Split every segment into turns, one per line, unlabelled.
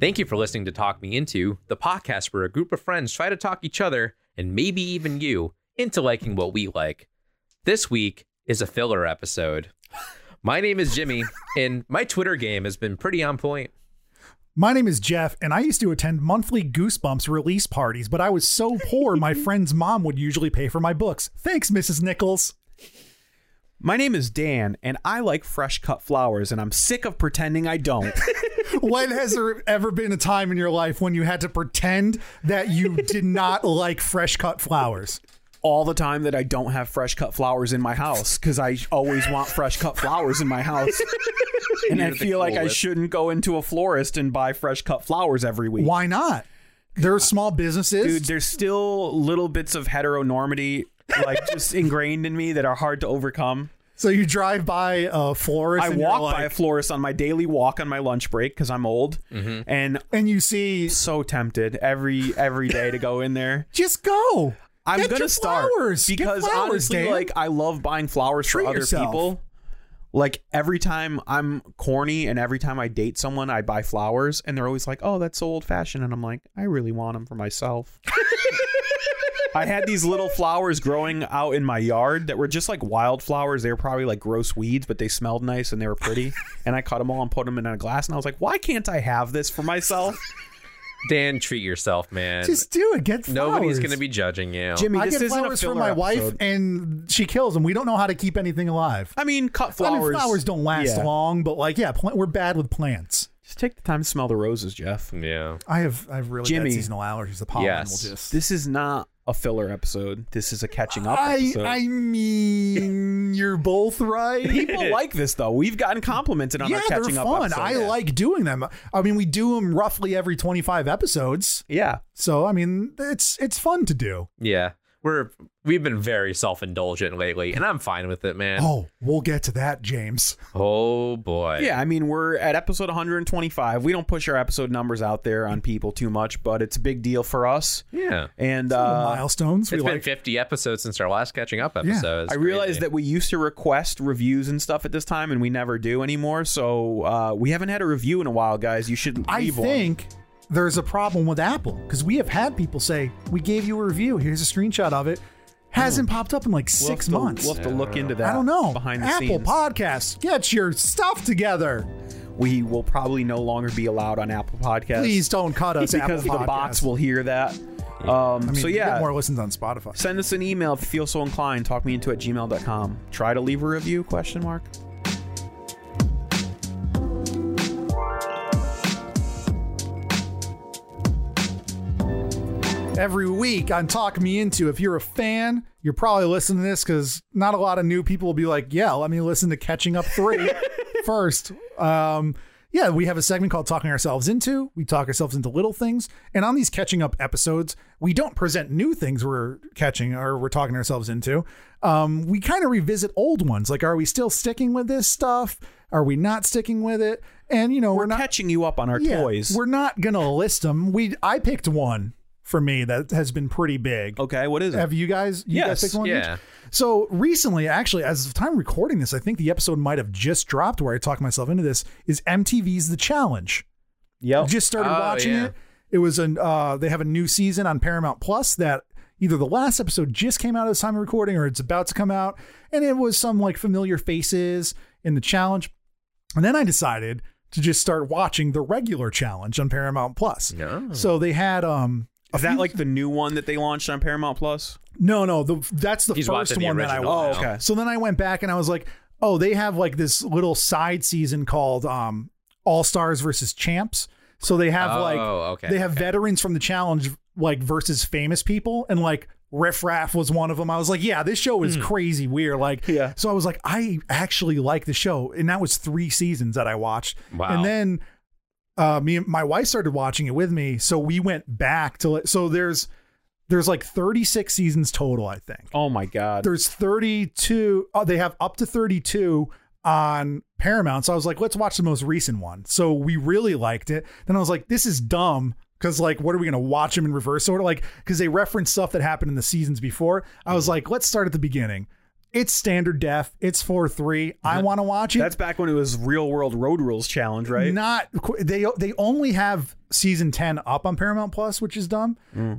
Thank you for listening to Talk Me Into, the podcast where a group of friends try to talk each other, and maybe even you, into liking what we like. This week is a filler episode. My name is Jimmy, and my Twitter game has been pretty on point.
My name is Jeff, and I used to attend monthly Goosebumps release parties, but I was so poor my friend's mom would usually pay for my books. Thanks, Mrs. Nichols.
My name is Dan, and I like fresh cut flowers, and I'm sick of pretending I don't.
When has there ever been a time in your life when you had to pretend that you did not like fresh cut flowers?
All the time that I don't have fresh cut flowers in my house because I always want fresh cut flowers in my house. and I
You're the
feel like I
coolest.
shouldn't go into a florist and buy fresh cut flowers every week.
Why not? There are small businesses.
Dude, there's still little bits of heteronormity like just ingrained in me that are hard to overcome.
so you drive by a florist.
I
and you're
walk
like-
by a florist on my daily walk on my lunch break because I'm old, and
and you see,
so tempted every every day to go in there.
just go.
I'm
Get
gonna
your
start
flowers. Get
because
flowers,
honestly,
Dan.
like I love buying flowers
Treat
for other
yourself.
people. Like every time I'm corny and every time I date someone, I buy flowers, and they're always like, "Oh, that's so old fashioned," and I'm like, "I really want them for myself." I had these little flowers growing out in my yard that were just like wildflowers. They were probably like gross weeds, but they smelled nice and they were pretty. and I cut them all and put them in a glass, and I was like, "Why can't I have this for myself?"
Dan, treat yourself, man.
Just do it. Get flowers.
Nobody's going to be judging you.
Jimmy,
I
this
get
isn't a
flowers for
filler
my wife,
episode.
and she kills them. We don't know how to keep anything alive.
I mean, cut
I
flowers.
mean, flowers don't last
Yeah.
long, but like, yeah, plant, we're bad with plants.
Just take the time to smell the roses, Jeff.
yeah.
I have I have really
Jimmy.
bad seasonal allergies. The pollen
Yes.
will just.
This is not a filler episode. This is a catching up
I
episode.
I mean, you're both right.
People like this though. We've gotten complimented on
yeah,
our
they're
catching up
fun.
episode.
I
Yeah.
like doing them. I mean, we do them roughly every 25 episodes,
Yeah.
so I mean, it's it's fun to do.
Yeah. We're we've been very self-indulgent lately, and I'm fine with it, man.
Oh, we'll get to that, James.
Oh boy.
Yeah, I mean we're at episode 125. We don't push our episode numbers out there on people too much, but it's a big deal for us.
Yeah.
And
Little
uh
milestones.
It's
We
been
like.
50 episodes since our last catching up
Yeah.
episode. It's
I realized
crazy.
that we used to request reviews and stuff at this time, and we never do anymore. So uh, we haven't had a review in a while, guys. You should leave
I
one.
think there's a problem with Apple because we have had people say we gave you a review. Here's a screenshot of it. Hasn't popped up in like
Hmm. We'll
six
have to-
months.
We'll have to look into that.
I don't know.
Behind the
Apple
scenes.
Podcasts, get your stuff together.
we will probably no longer be allowed on Apple Podcasts.
Please don't cut us
because
Apple
the bots
Podcasts.
will hear that. Um,
I mean,
so
we get
yeah,
more listens on Spotify.
send us an email if you feel so inclined. Talk me into at gmail.com. Try to leave a review? Question mark.
Every week on Talk Me Into, if you're a fan, you're probably listening to this because not a lot of new people will be like, yeah, let me listen to Catching Up 3 first. Um, yeah, we have a segment called Talking Ourselves Into. We talk ourselves into little things. And on these Catching Up episodes, we don't present new things we're catching or we're talking ourselves into. Um, we kind of revisit old ones. Like, are we still sticking with this stuff? Are we not sticking with it? And, you know, we're,
We're
not
catching you up on our
yeah,
toys.
We're not gonna list them. We I picked one for me that has been pretty big.
okay, what is it?
Have you guys? You guys
Oh, Yes,
picked one. each?
yeah.
So recently, actually, as of time recording this, I think the episode might have just dropped where I talked myself into this. Is MTV's The Challenge? I
Yep.
just started
Oh,
watching
yeah.
it. It was an uh, they have a new season on Paramount Plus that either the last episode just came out at the time of recording or it's about to come out, and it was some like familiar faces in the challenge. And then I decided to just start watching the regular challenge on Paramount Plus.
No.
So they had um a
is that
few-
like the new one that they launched on Paramount Plus?
no no the that's the
He's
first
watching the
one that I
original
watched.
now. Oh, okay.
So then I went back and I was like, oh, they have like this little side season called um All Stars versus Champs. So they have
Oh,
like
okay,
they have veterans from the challenge like versus famous people and like Riff Raff was one of them. I was like, yeah, this show
Hmm.
is crazy weird. Like,
Yeah.
So I was like, I actually like the show, and that was three seasons that I watched.
Wow.
And then, uh, me and my wife started watching it with me, so we went back to li- so there's there's like 36 seasons total, I think.
Oh my god.
There's 32. Oh, they have up to 32 on Paramount. So I was like, let's watch the most recent one. So we really liked it. Then I was like, this is dumb. Cause like, what are we gonna watch them in reverse order? Like, cause they reference stuff that happened in the seasons before. I
Mm-hmm.
was like, let's start at the beginning. It's standard def. It's four three. I want to watch it.
That's back when it was Real World Road Rules Challenge, right?
Not they they only have season 10 up on Paramount Plus, which is dumb.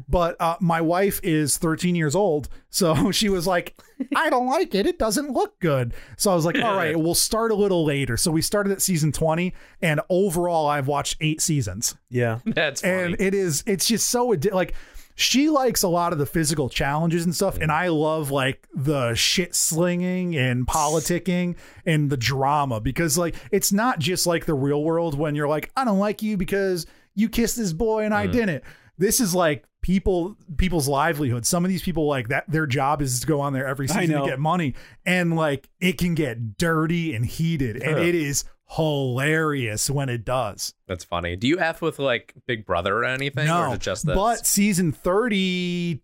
But uh, my wife is 13 years old, so she was like, "I don't like it. It doesn't look good." So I was like, "All right, we'll start a little later." So we started at season 20, and overall, I've watched eight seasons,
Yeah.
That's funny.
and it is it's just so addi- like. She likes a lot of the physical challenges and stuff, and I love like the shit slinging and politicking and the drama because like it's not just like the real world when you're like, I don't like you because you kissed this boy and I didn't. This is like people people's livelihood. Some of these people like that their job is to go on there every
I
season to
know.
get money. And like it can get dirty and heated. And it is hilarious when it does.
That's funny. Do you f with like Big Brother or anything? or is it just this?
But season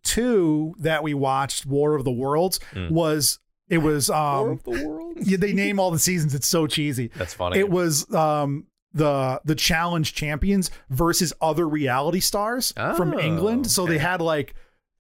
32 that we watched, War of the Worlds,
Mm.
was it was um
the world.
yeah, they name all the seasons. It's so cheesy.
That's funny.
It was um the the challenge champions versus other reality stars from
Oh,
England. So they had like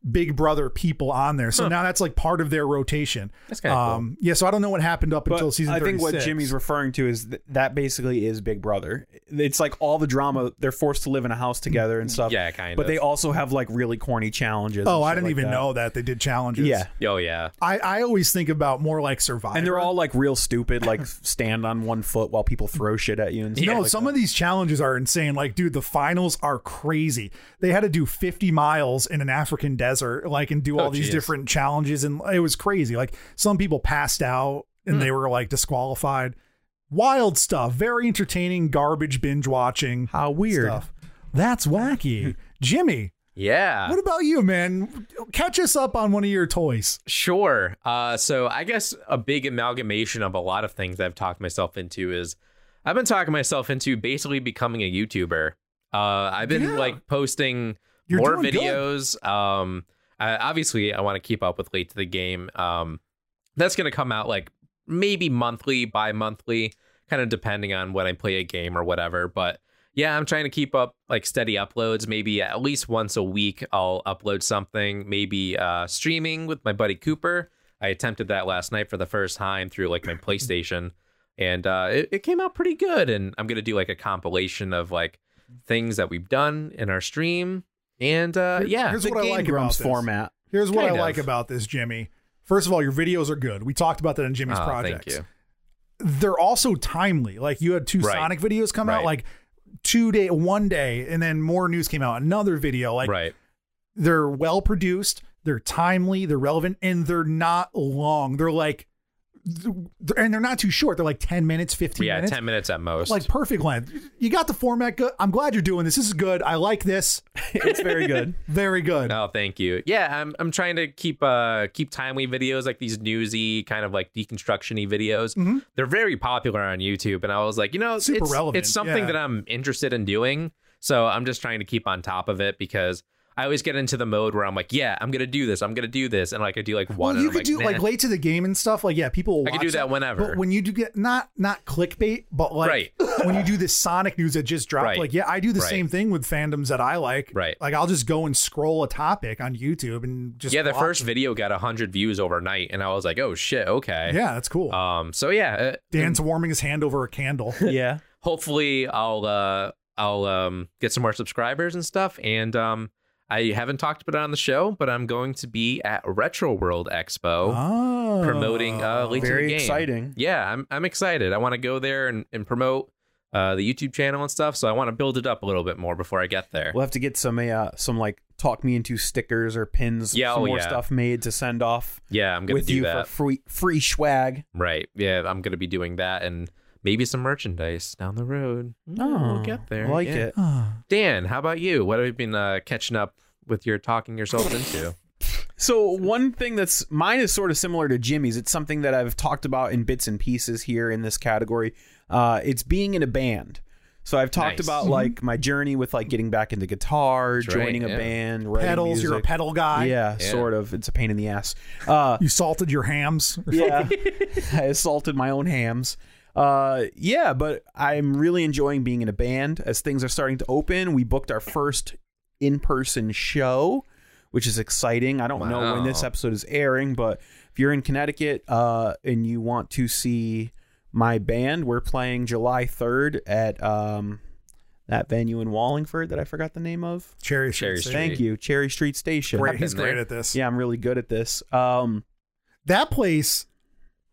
Big Brother people on there. So now that's like part of their rotation. Um,
That's kinda cool.
Yeah, so I don't know what happened up until season
I think what
36.
Jimmy's referring to is th- that basically is Big Brother. It's like all the drama. They're forced to live in a house together and stuff.
Yeah, kind
But
of.
they also have like really corny challenges. and
Oh, I
shit
didn't
like
even
that.
know that they did challenges.
Yeah,
oh yeah.
I, I always think about more like Survivor.
and they're all like real stupid. Like stand on one foot while people throw shit at you. And stuff
No,
like
Oh, some of these challenges are insane. Like, dude, the finals are crazy. They had to do 50 miles in an African desert, like, and
Oh,
do all these
geez.
different challenges. And it was crazy. Like, some people passed out
Hmm.
and they were like disqualified. Wild stuff. Very entertaining, garbage binge watching.
How weird. Hmm.
Stuff. That's wacky. Jimmy,
Uh,
Yeah.
what about you, man? Catch us up on one of your toys.
Sure. Uh, so I guess a big amalgamation of a lot of things I've talked myself into is I've been talking myself into basically becoming a YouTuber. Uh, I've been
Yeah.
like posting
You're
more
doing good.
videos. Um, I, obviously, I want to keep up with Late to the Game. Um, that's going to come out like maybe monthly, bi monthly, kind of depending on when I play a game or whatever. But yeah, I'm trying to keep up like steady uploads. Maybe at least once a week, I'll upload something. Maybe uh, streaming with my buddy Cooper. I attempted that last night for the first time through like my PlayStation, and uh, it, it came out pretty good. And I'm gonna do like a compilation of like things that we've done in our stream. And uh, yeah,
here's
the
what I
Game
like about
Grumps
this.
format.
Here's what I
Kind of.
like about this, Jimmy. First of all, your videos are good. We talked about that in Jimmy's
Oh,
projects.
thank you.
they're also timely. Like you had two
Right.
Sonic videos come out
Right.
like two day one day and then more news came out another video like
right.
they're well produced they're timely they're relevant and they're not long they're like th- and they're not too short they're like 10 minutes 15
Yeah,
minutes
ten minutes at most.
like perfect length you got the format good i'm glad you're doing this this is good i like this
It's very good.
very good
Oh, thank you. Yeah, I'm I'm trying to keep uh keep timely videos like these newsy kind of like deconstruction-y videos. They're very popular on YouTube, and I was like, you know,
Mm-hmm. Super
it's,
relevant,
It's something
yeah.
that I'm interested in doing, so I'm just trying to keep on top of it because I always get into the mode where I'm like, yeah, I'm gonna do this, I'm gonna do this, and like I do like one.
well,
and
you
I'm
could do
nah.
like late to the game and stuff. Like, yeah, people. Will
I could
watch
do that whenever.
But when you do get not not clickbait, but like
Right.
when you do this Sonic news that just dropped,
Right.
like yeah, I do the
Right.
same thing with fandoms that I like.
Right.
Like I'll just go and scroll a topic on YouTube and just
yeah, the
watch
first
it.
video got hundred views overnight, and I was like, oh shit, okay.
Yeah, that's cool.
Um. So yeah, uh,
Dan's warming his hand over a candle.
yeah.
hopefully I'll uh I'll um get some more subscribers and stuff. And um I haven't talked about it on the show, but I'm going to be at Retro World Expo
oh,
promoting uh Leech
Ah, Very
the game.
exciting.
Yeah, I'm I'm excited. I want to go there and, and promote uh the YouTube channel and stuff. So I want to build it up a little bit more before I get there.
We'll have to get some uh, some like talk me into stickers or pins.
Yeah,
some
oh,
more
yeah.
stuff made to send off
yeah, I'm gonna
with
do
you
that.
for free free swag.
right. Yeah, I'm gonna be doing that and maybe some merchandise down the road. we'll get there.
I Oh, like
yeah.
it.
Dan, how about you? What have you been uh, catching up with your talking yourself into?
So one thing that's mine is sort of similar to Jimmy's. It's something that I've talked about in bits and pieces here in this category. Uh, it's being in a band. So I've
Nice.
talked
Mm-hmm.
about like my journey with like getting back into guitar,
right,
joining a
yeah.
band, writing
Pedals, you're a
music.
pedal guy.
Yeah,
Yeah.
sort of. It's a pain in the ass. Uh,
You salted your hams.
yeah, I assaulted my own hams. Uh, yeah, but I'm really enjoying being in a band. As things are starting to open, we booked our first in-person show, which is exciting. I don't know when this
Wow.
episode is airing, but if you're in Connecticut uh, and you want to see my band, we're playing July 3rd at um, that venue in Wallingford that I forgot the name of.
Cherry,
Cherry
Street.
Street.
Thank you, Cherry Street Station.
Great. He's
Been
great
there.
at this.
Yeah, I'm really good at this. Um,
That place,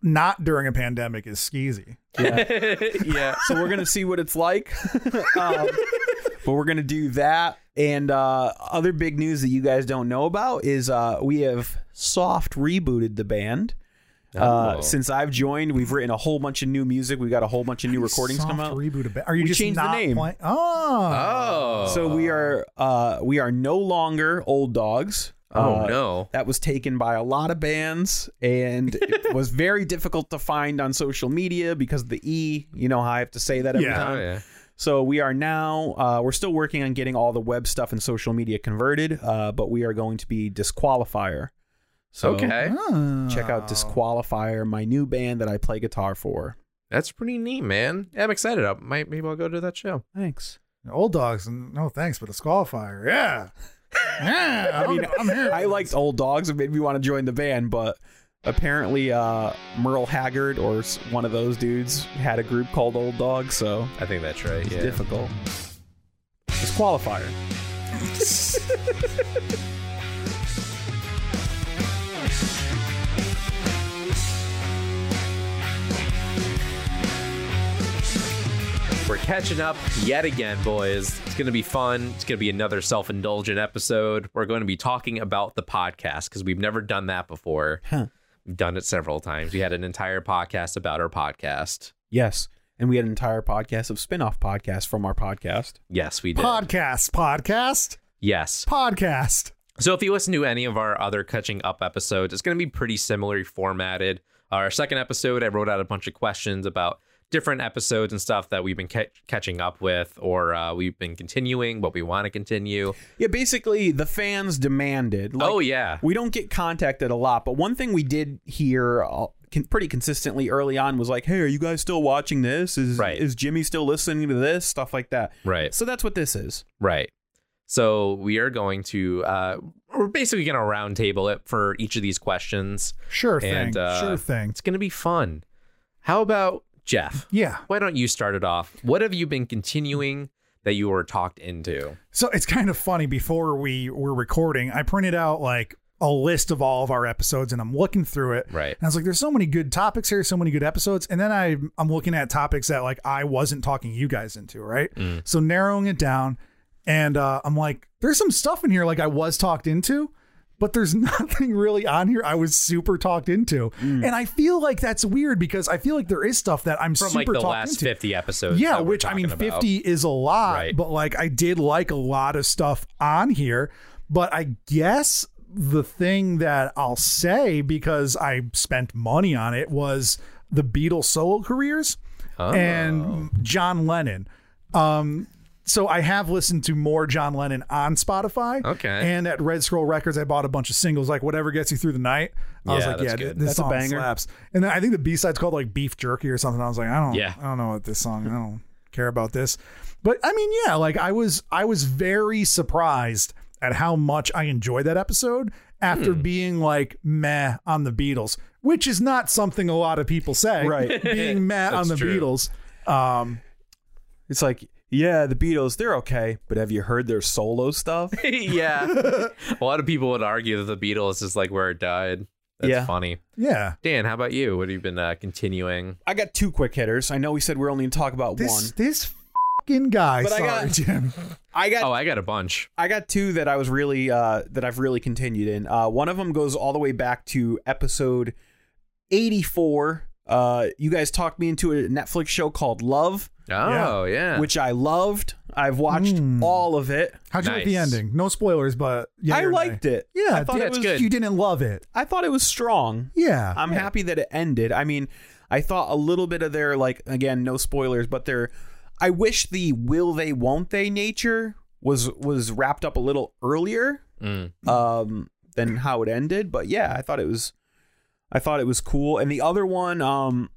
not during a pandemic, is skeezy.
yeah so we're gonna see what it's like um, but we're gonna do that and uh, other big news that you guys don't know about is uh, we have soft rebooted the band uh,
Oh.
since i've joined we've written a whole bunch of new music we got a whole bunch of new recordings
Soft
come out
Reboot a bit. Are you
We
just
changed the
not
name.
playing? Oh,
oh.
so we are uh, we are no longer old dogs
Oh
Uh,
no.
that was taken by a lot of bands and it was very difficult to find on social media because of the E, you know how I have to say that every
Yeah.
time.
Oh, yeah.
So we are now, uh, we're still working on getting all the web stuff and social media converted, uh, but we are going to be Disqualifier. So
okay.
Oh.
check out Disqualifier, my new band that I play guitar for.
That's pretty neat, man. I'm excited. I might maybe I'll go to that show.
Thanks.
Old dogs, and no thanks, but a disqualifier. Yeah, yeah. I mean, I'm here.
I liked Old Dogs. It made me want to join the band, but apparently uh, Merle Haggard or s- one of those dudes had a group called Old Dogs, so
I think that's right.
it's
Yeah.
difficult. Disqualifier.
We're catching up yet again, boys. It's going to be fun. It's going to be another self indulgent episode. We're going to be talking about the podcast because we've never done that before. We've done it several times. We had an entire podcast about our podcast.
Yes. And we had an entire podcast of spin off podcasts from our podcast.
Yes, we did.
podcast, podcast,
yes.
podcast.
So if you listen to any of our other catching up episodes, it's going to be pretty similarly formatted. Uh, Our second episode, I wrote out a bunch of questions about different episodes and stuff that we've been ca- catching up with, or uh, we've been continuing what we want to continue.
Yeah, basically the fans demanded. Like,
oh yeah,
we don't get contacted a lot, but one thing we did hear uh, con- pretty consistently early on was like, "Hey, are you guys still watching this? Is
Right.
is Jimmy still listening to this? Stuff like that."
right,
So that's what this is.
right. So we are going to uh, we're basically going to roundtable it for each of these questions.
Sure thing.
And, uh,
sure thing.
It's going to be fun. How about Jeff?
Yeah.
Why don't you start it off? What have you been continuing that you were talked into?
So it's kind of funny. Before we were recording, I printed out like a list of all of our episodes, and I'm looking through it.
Right.
And I was like, "There's so many good topics here, so many good episodes." And then I I'm looking at topics that like I wasn't talking you guys into, right?
Mm.
So narrowing it down, and uh, I'm like, "There's some stuff in here like I was talked into." But there's nothing really on here I was super talked into.
Mm.
And I feel like that's weird because I feel like there is stuff that I'm
From
super
like the
talked
last
into.
50 episodes.
Yeah,
that we're
which I mean,
talking about.
fifty is a lot,
Right.
but like I did like a lot of stuff on here. But I guess the thing that I'll say because I spent money on it was the Beatles solo careers
Oh.
and John Lennon. Um, so I have listened to more John Lennon on Spotify.
Okay.
and at Red Scroll Records, I bought a bunch of singles, like whatever gets you through the night. I was
Yeah,
like,
that's
yeah,
good.
th- this
That's a
song
banger.
slaps. And then I think the B side's called like Beef Jerky or something. I was like, I don't,
Yeah.
I don't know what this song. I don't care about this. But I mean, yeah, like I was, I was very surprised at how much I enjoyed that episode after being like meh on the Beatles, which is not something a lot of people say.
Right.
being meh on
That's
the
true.
Beatles. Um,
It's like, yeah, the Beatles, they're okay, but have you heard their solo stuff?
yeah. A lot of people would argue that the Beatles is like where it died. That's
Yeah.
funny.
yeah,
Dan, how about you? What have you been uh, continuing?
I got two quick hitters. I know we said we're only going to talk about
this
one.
this fucking guy.
But I
sorry,
got-
Jim.
I got
Oh, I got a bunch.
I got two that I was really uh, that I've really continued in. Uh, one of them goes all the way back to episode 84 Uh, you guys talked me into a Netflix show called Love,
Oh, yeah.
which I loved. I've watched all of it.
How'd you like the
Nice.
ending? No spoilers, but Hmm. yeah,
I liked it.
Yeah,
I thought
yeah,
it
it's
was.
good.
You didn't love it.
I thought it was strong.
Yeah.
I'm happy that it ended. I mean, I thought a little bit of their like again, no spoilers, but their I wish the will they won't they nature was was wrapped up a little earlier
Mm.
um than how it ended, but yeah, I thought it was I thought it was cool. And the other one um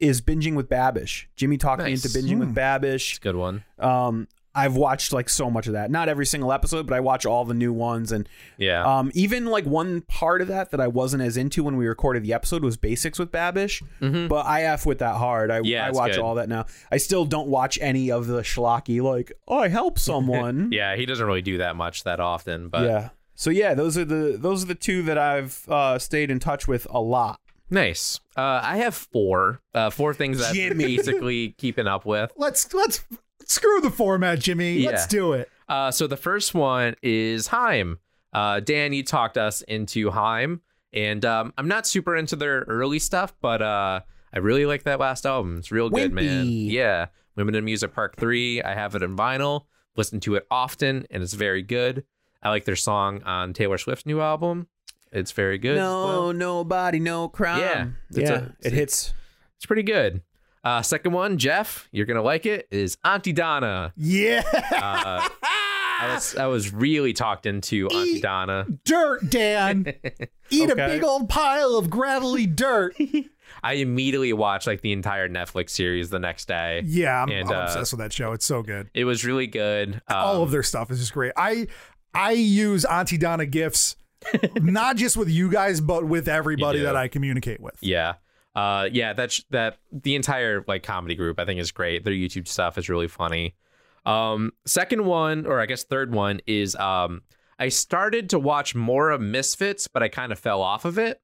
is binging with Babish. Jimmy talked me
Nice.
into binging with
Hmm.
Babish.
It's a good one.
Um I've watched like so much of that. Not every single episode, but I watch all the new ones and
Yeah.
um, even like one part of that that I wasn't as into when we recorded the episode was basics with Babish,
Mhm.
but I f with that hard. I,
Yeah,
I
it's
watch
good.
all that now. I still don't watch any of the schlocky like oh I help someone.
yeah, he doesn't really do that much that often, but
yeah. So yeah, those are the those are the two that I've uh, stayed in touch with a lot.
nice. Uh, I have four, uh, four things that I'm
Jimmy.
basically keeping up with.
Let's let's screw the format, Jimmy. Let's
Yeah.
do it.
Uh, so the first one is Heim. Uh, Dan, you talked us into Heim, and um, I'm not super into their early stuff, but uh, I really like that last album. It's real good, man.
Wimpy.
Yeah, Women in Music Park Three. I have it in vinyl. Listen to it often, and it's very good. I like their song on Taylor Swift's new album. It's very good. as well.
No, nobody, no crime.
Yeah, it's
yeah.
a-
it hits.
It's pretty good. Uh, second one, Jeff, you're gonna like it. Is Auntie Donna?
Yeah.
Uh, I was I was really talked into Auntie Donna.
dirt, Dan. Eat a
Okay.
big old pile of gravelly dirt.
I immediately watched like the entire Netflix series the next day.
Yeah, I'm,
And,
I'm
uh,
obsessed with that show. It's so good.
It was really good. Um,
All of their stuff is just great. I I use Auntie Donna gifts not just with you guys, but with everybody
do.
that I communicate with.
yeah, uh, yeah. That sh- that the entire like comedy group I think is great. Their YouTube stuff is really funny. Um, second one, or I guess third one is um, I started to watch more of Misfits, but I kind of fell off of it.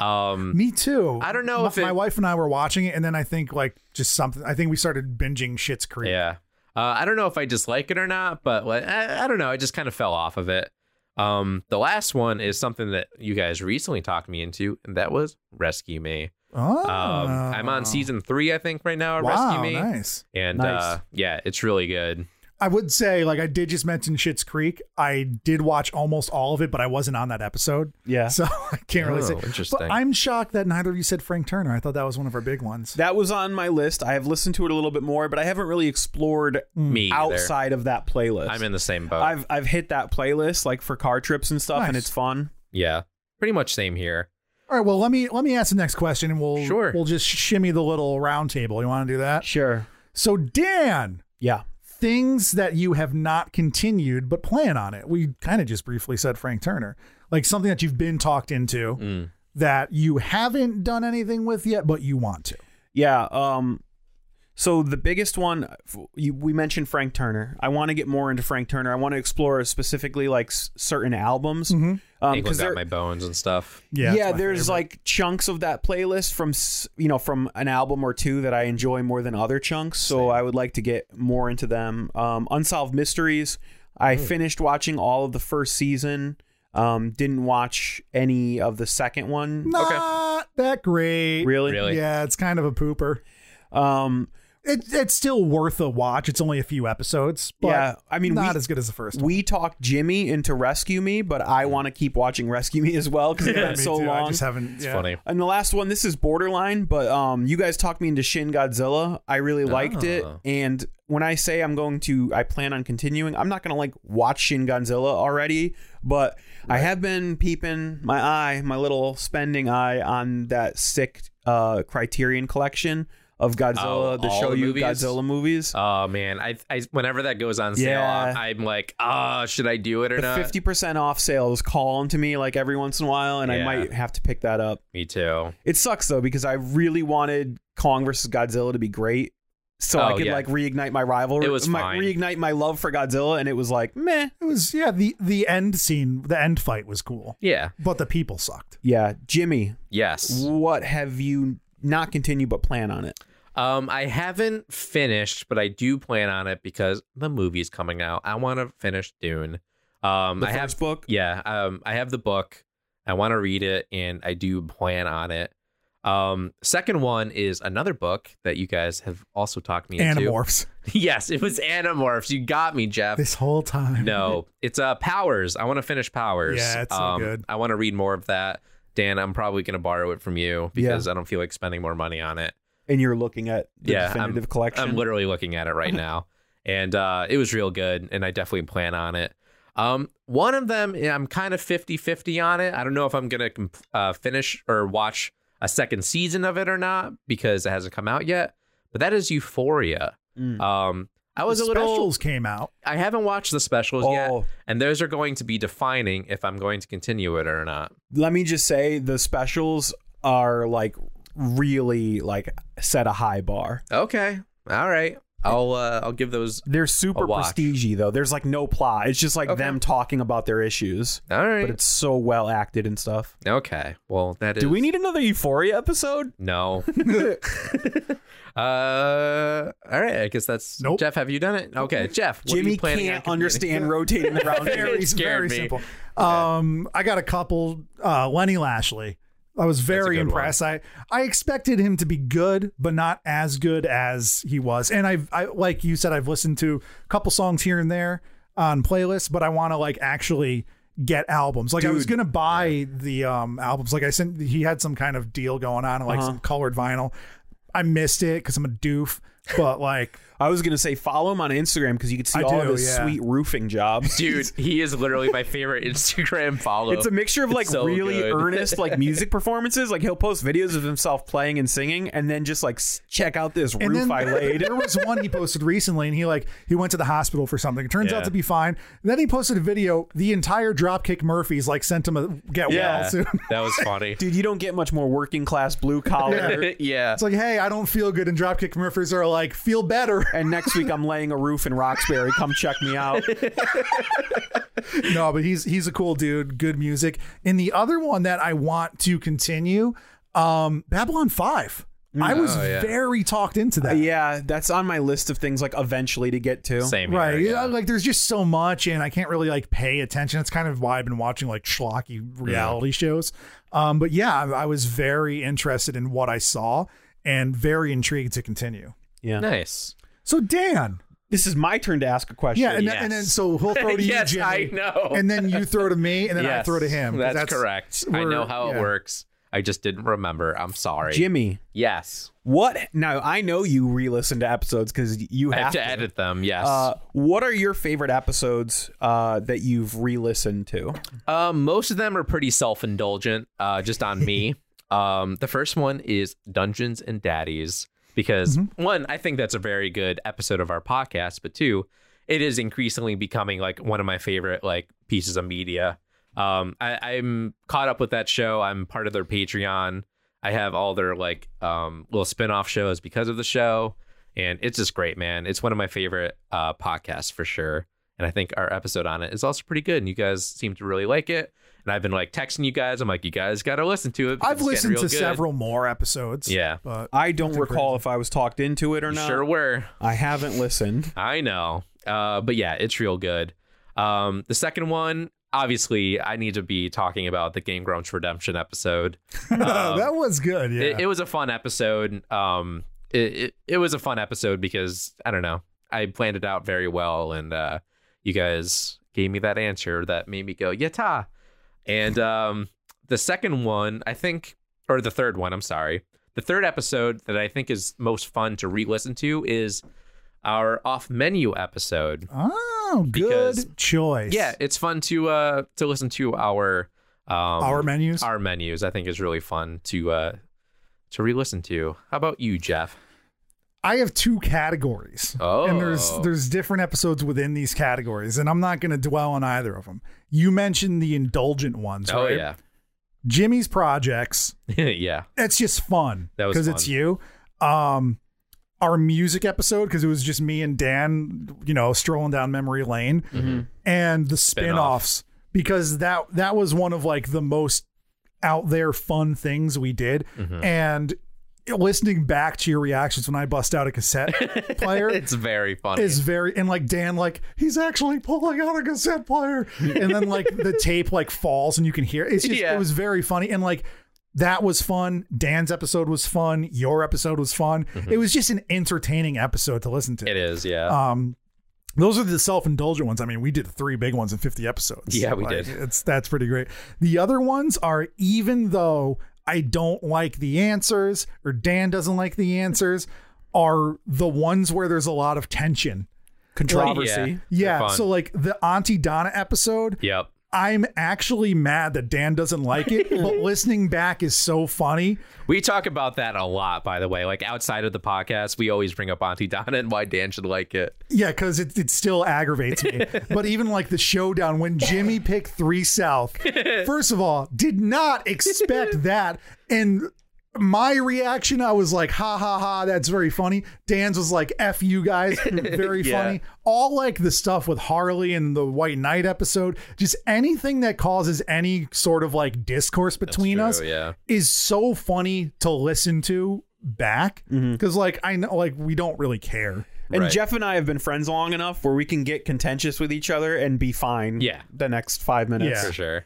Um,
Me too.
I don't know
my,
if it-
my wife and I were watching it, and then I think like just something. I think we started binging Shit's Creek.
Yeah. Uh, I don't know if I dislike it or not, but like, I, I don't know. I just kind of fell off of it. Um, the last one is something that you guys recently talked me into, and that was Rescue Me.
Oh,
Um, I'm on season three, I think, right now. Of
wow,
Rescue Me,
nice.
and
Oh. Nice.
uh, yeah, it's really good.
I would say, like I did just mention Shit's Creek. I did watch almost all of it, but I wasn't on that episode,
Yeah.
so I can't really
Oh,
say.
interesting.
But I'm shocked that neither of you said Frank Turner. I thought that was one of our big ones.
That was on my list. I have listened to it a little bit more, but I haven't really explored
Me either.
outside of that playlist.
I'm in the same boat.
I've I've hit that playlist like for car trips and stuff, and
Nice.
it's fun.
yeah, pretty much same here.
All right, well let me let me ask the next question, and we'll
Sure.
we'll just shimmy the little round table. You want to do that?
Sure.
So Dan,
Yeah.
things that you have not continued but plan on it. We kind of just briefly said Frank Turner, like something that you've been talked into
Mm.
that you haven't done anything with yet, but you want to.
Yeah. Um. So the biggest one f- you, we mentioned Frank Turner. I want to get more into Frank Turner. I want to explore specifically like s- certain albums. Um,
England got
there-
my bones and stuff.
yeah, there's like chunks of that playlist from s- you know from an album or two that I enjoy more than other chunks. So I would like to get more into them. Um, Unsolved Mysteries. I
Hmm.
finished watching all of the first season. Um, didn't watch any of the second one.
not that great.
Really?
Really?
Yeah, it's kind of a pooper.
Um,
It, it's still worth a watch. It's only a few episodes, but
Yeah, I mean,
not
we-
as good as the first. one.
we talked Jimmy into Rescue Me, but I want to keep watching Rescue Me as well because it's
Hmm. Yeah,
been
me
so
too. I
long.
just haven't.
It's funny.
and the last one, this is borderline, but um, you guys talked me into Shin Godzilla. I really liked it,
Oh.
and when I say I'm going to, I plan on continuing. I'm not gonna like watch Shin Godzilla already, but I have been peeping my eye, my little spending eye on that sick uh Criterion collection of Godzilla,
Oh,
the
all
show
the
you
movies?
Godzilla movies.
Oh man, I, I whenever that goes on sale,
Yeah.
I'm like, ah, should I do it or
the
not?
fifty percent off sale is calling to me like every once in a while, and
Yeah.
I might have to pick that up.
Me too.
It sucks though because I really wanted Kong versus Godzilla to be great, so I
Oh,
could
yeah.
like reignite my rivalry.
It was
my,
fine.
reignite my love for Godzilla, and it was like meh.
It was yeah. The the end scene, the end fight was cool,
Yeah.
but the people sucked.
Yeah, Jimmy,
Yes.
what have you not continued but plan on it?
Um, I haven't finished, but I do plan on it because the movie's coming out. I want to finish Dune. Um,
The
I
first
have
book.
yeah. Um, I have the book. I want to read it, and I do plan on it. Um, second one is another book that you guys have also talked me into.
Animorphs.
Yes, it was Animorphs. You got me, Jeff.
This whole time.
No, it's uh Powers. I want to finish Powers. Um,
Yeah, it's so good.
I want to read more of that. Dan, I'm probably going to borrow it from you because I don't feel like spending more money on it.
and you're looking at the
yeah,
definitive
I'm,
collection.
I'm literally looking at it right now, and uh, it was real good, and I definitely plan on it. Um, one of them, yeah, I'm kind of 50 50 on it. I don't know if I'm gonna comp- uh, finish or watch a second season of it or not because it hasn't come out yet. But that is Euphoria.
Mm.
Um, I was
the
a little.
specials came out.
I haven't watched the specials yet,
Oh.
and those are going to be defining if I'm going to continue it or not.
Let me just say the specials are like really like set a high bar.
Okay, all right. I'll uh, I'll give those.
They're super
A watch.
prestige though. There's like no plot. It's just like
Okay.
them talking about their issues,
All right.
but it's so well acted and stuff.
okay. Well, that is.
Do we need another Euphoria episode?
No. uh, all right. I guess that's
Nope.
Jeff. Have you done it? Okay, Jeff. what are you
Jimmy
planning on
can't
completing?
understand rotating around here.
Very,
scared
very
me.
simple. Um, I got a couple. Uh, Lenny Lashley. I was very
good one.
impressed. I I expected him to be good, but not as good as he was. And I've I like you said, I've listened to a couple songs here and there on playlists, but I want to like actually get albums. Like I was gonna buy the um albums. Like I sent, he had some kind of deal going on, like
Uh-huh.
some colored vinyl. I missed it because I'm a doof. But like,
I was gonna say follow him on Instagram because you can see
I
all
do,
of his
yeah.
sweet roofing jobs.
Dude, he is literally my favorite Instagram follow.
It's a mixture of like
so
really
good.
earnest like music performances. Like he'll post videos of himself playing and singing, and then just like s- check out this
And
roof
then
I laid.
There was one he posted recently, and he like he went to the hospital for something. It turns
Yeah.
out to be fine. And then he posted a video. The entire Dropkick Murphys like sent him a get
yeah,
well soon.
that was funny.
Dude, you don't get much more working class blue collar.
yeah.
It's like, hey, I don't feel good, and Dropkick Murphys are like, feel better.
and next week I'm laying a roof in Roxbury. Come check me out.
no, but he's he's a cool dude. Good music. And the other one that I want to continue, um, Babylon Five. I was
Oh, yeah.
very talked into that.
Yeah, that's on my list of things like eventually to get to.
Same. here,
Right.
yeah.
Yeah. Like there's just so much and I can't really like pay attention. It's kind of why I've been watching like schlocky reality shows. Um, but yeah, I, I was very interested in what I saw and very intrigued to continue.
Yeah.
Nice.
So Dan.
This is my turn to ask a question.
Yeah, and,
yes.
and then so he'll throw to
Yes,
you, Jimmy,
I know.
and then you throw to me, and then I
Yes,
throw to him. 'cause
That's, correct. I
we're-
know how
yeah.
it works. I just didn't remember. I'm sorry.
Jimmy,
Yes.
what? Now I know you re-listen to episodes because you
I
have,
have to edit them. Yes.
Uh, what are your favorite episodes uh, that you've re-listened to?
Um, most of them are pretty self-indulgent, uh, just on me. um, the first one is Dungeons and Daddies because
Mm-hmm.
one, I think that's a very good episode of our podcast, but two, it is increasingly becoming like one of my favorite like pieces of media. Um, I, I'm caught up with that show. I'm part of their Patreon. I have all their like um, little spin-off shows because of the show, and it's just great, man. It's one of my favorite uh, podcasts for sure, and I think our episode on it is also pretty good. And you guys seem to really like it. And I've been like texting you guys. I'm like, you guys got to listen to it. because
I've
it's getting
listened
real
to
good."
several more episodes.
Yeah.
But
I don't recall if I was talked into it or
You
not.
Sure were.
I haven't listened.
I know. Uh, but yeah, it's real good. Um, the second one, obviously, I need to be talking about the Game Grumps Redemption episode. Um,
that was good. Yeah.
it, it was a fun episode. Um, it, it it was a fun episode because I don't know, I planned it out very well, and uh, you guys gave me that answer that made me go yata. And um, the second one, I think, or the third one, I'm sorry, the third episode that I think is most fun to re-listen to is our off-menu episode.
oh,
Because-
good choice.
Yeah, it's fun to uh to listen to our um,
Our menus.
our menus i think is really fun to uh to re-listen to how about you jeff
I have two categories.
Oh.
And there's there's different episodes within these categories, and I'm not going to dwell on either of them. You mentioned the indulgent ones,
oh
right?
yeah
Jimmy's projects.
yeah
It's just fun
That was
it's
fun.
you. Um our music episode because it was just me and Dan, you know, strolling down memory lane
Mm-hmm.
and the spin-offs because that that was one of like the most out there fun things we did
Mm-hmm.
and listening back to your reactions when I bust out a cassette player
it's very funny
is very and like Dan like he's actually pulling out a cassette player and then like the tape like falls and you can hear it's just
Yeah.
it was very funny and like that was fun. Dan's episode was fun. Your episode was fun. It was just an entertaining episode to listen to.
Mm-hmm. It is, yeah.
Um, those are the self-indulgent ones. I mean, we did three big ones in 50 episodes.
Yeah, we did.
It's that's pretty great. The other ones are even though I don't like the answers or Dan doesn't like the answers, are the ones where there's a lot of tension.
Controversy.
Yeah.
They're fun.
So like the Auntie Donna episode,
yep.
I'm actually mad that Dan doesn't like it, but listening back is so funny.
We talk about that a lot, by the way. Like outside of the podcast, we always bring up Auntie Donna and why Dan should like it.
Yeah, because it, it still aggravates me. but even like the showdown when Jimmy picked three South, first of all, did not expect that. And my reaction, I was like, ha ha ha, that's very funny. Dan's was like, F you guys, very
Yeah.
funny. All like the stuff with Harley and the White Knight episode, just anything that causes any sort of like discourse between
true,
us
yeah.
is so funny to listen to back.
Mm-hmm.
Cause like I know like we don't really care.
And
Right.
Jeff and I have been friends long enough where we can get contentious with each other and be fine.
Yeah.
The next five minutes.
Yeah.
For sure.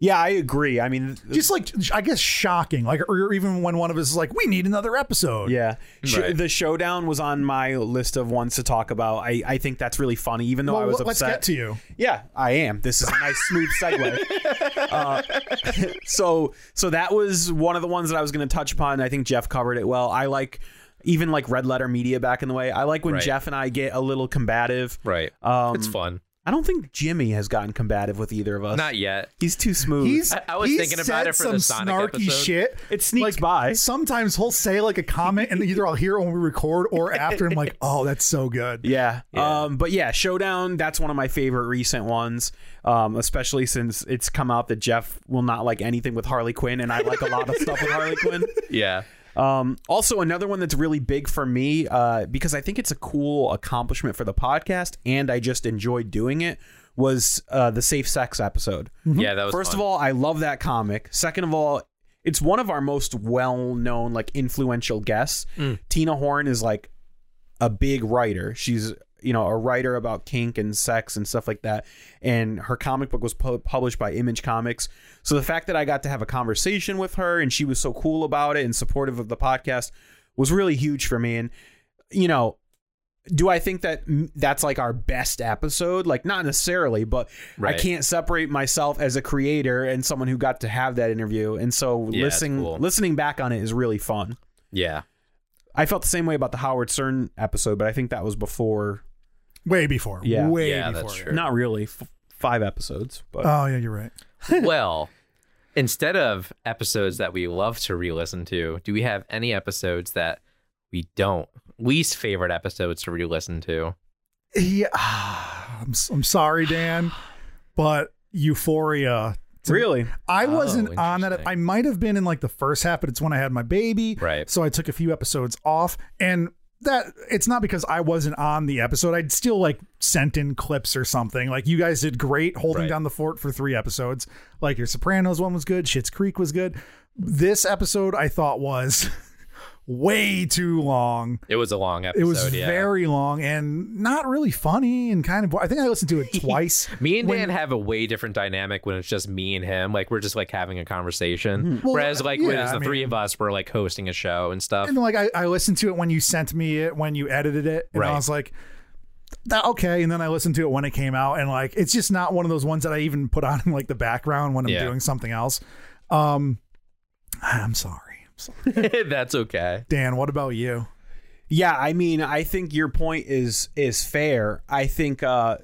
Yeah, I agree. I mean,
just like I guess shocking, like or even when one of us is like, we need another episode.
yeah. Sh-
Right.
The showdown was on my list of ones to talk about. I, I think that's really funny, even though
Well,
I was
let- let's
upset.
get to you.
Yeah, I am. This is a nice smooth segue. Uh, so so that was one of the ones that I was going to touch upon. I think Jeff covered it well. I like even like red letter media back in the way. I like when
Right.
Jeff and I get a little combative.
Right.
Um,
it's fun.
I don't think Jimmy has gotten combative with either of us.
Not yet.
He's too smooth.
He's
I- I was
he
thinking about
said
it for
some
the Sonic
snarky
episode.
shit.
It sneaks
Like,
by.
Sometimes he'll say like a comment, and either I'll hear it when we record or after. and I'm like, oh, that's so good.
Yeah.
Yeah.
Um, but yeah, Showdown, that's one of my favorite recent ones, um, especially since it's come out that Jeff will not like anything with Harley Quinn, and I like a lot of stuff with Harley Quinn.
Yeah.
Um, also, another one that's really big for me uh, because I think it's a cool accomplishment for the podcast, and I just enjoyed doing it. Was uh, the safe sex episode?
Yeah, that was
First of all, I love that comic. Second of all, it's one of our most well-known, like influential guests. Tina Horn is like a big writer. She's you know a writer about kink and sex and stuff like that. And her comic book was pu- published by Image Comics. So the fact that I got to have a conversation with her and she was so cool about it and supportive of the podcast was really huge for me. And you know, do I think that mm, that's like our best episode? Like, not necessarily, but
Right.
I can't separate myself as a creator and someone who got to have that interview. And so,
Yeah, it's
listening
cool.
listening back on it is really fun.
Yeah.
I felt the same way about the Howard Stern episode, but I think that was before,
Way before.
Yeah.
Way
Yeah,
before.
that's
it.
true.
not really f- five episodes, but
Oh yeah, you're right.
well, instead of episodes that we love to re-listen to, do we have any episodes that we don't least favorite episodes to re-listen to?
Yeah, I'm s- I'm sorry, Dan, but Euphoria.
really,
I
Oh,
wasn't on that.
interesting.
I might have been in like the first half, but it's when I had my baby.
Right.
So I took a few episodes off and that it's not because I wasn't on the episode. I'd still like sent in clips or something. Like you guys did great holding
Right.
down the fort for three episodes. Like your Sopranos one was good, Shits Creek was good. This episode I thought was way too long.
It was a long episode.
It was
yeah.
very long and not really funny and kind of I think I listened to it twice.
Me and Dan have a way different dynamic when it's just me and him. Like we're just like having a conversation,
Mm-hmm. Well,
whereas like when
yeah,
it's
I
the three of us, we're like hosting a show and stuff.
and like I, I listened to it when you sent me it when you edited it and
Right.
i was like that okay and then i listened to it when it came out and like it's just not one of those ones that i even put on in like the background when i'm
Yeah.
doing something else um i'm sorry I'm sorry.
That's okay.
dan what about you
yeah. I mean, I think your point is is fair. I think uh,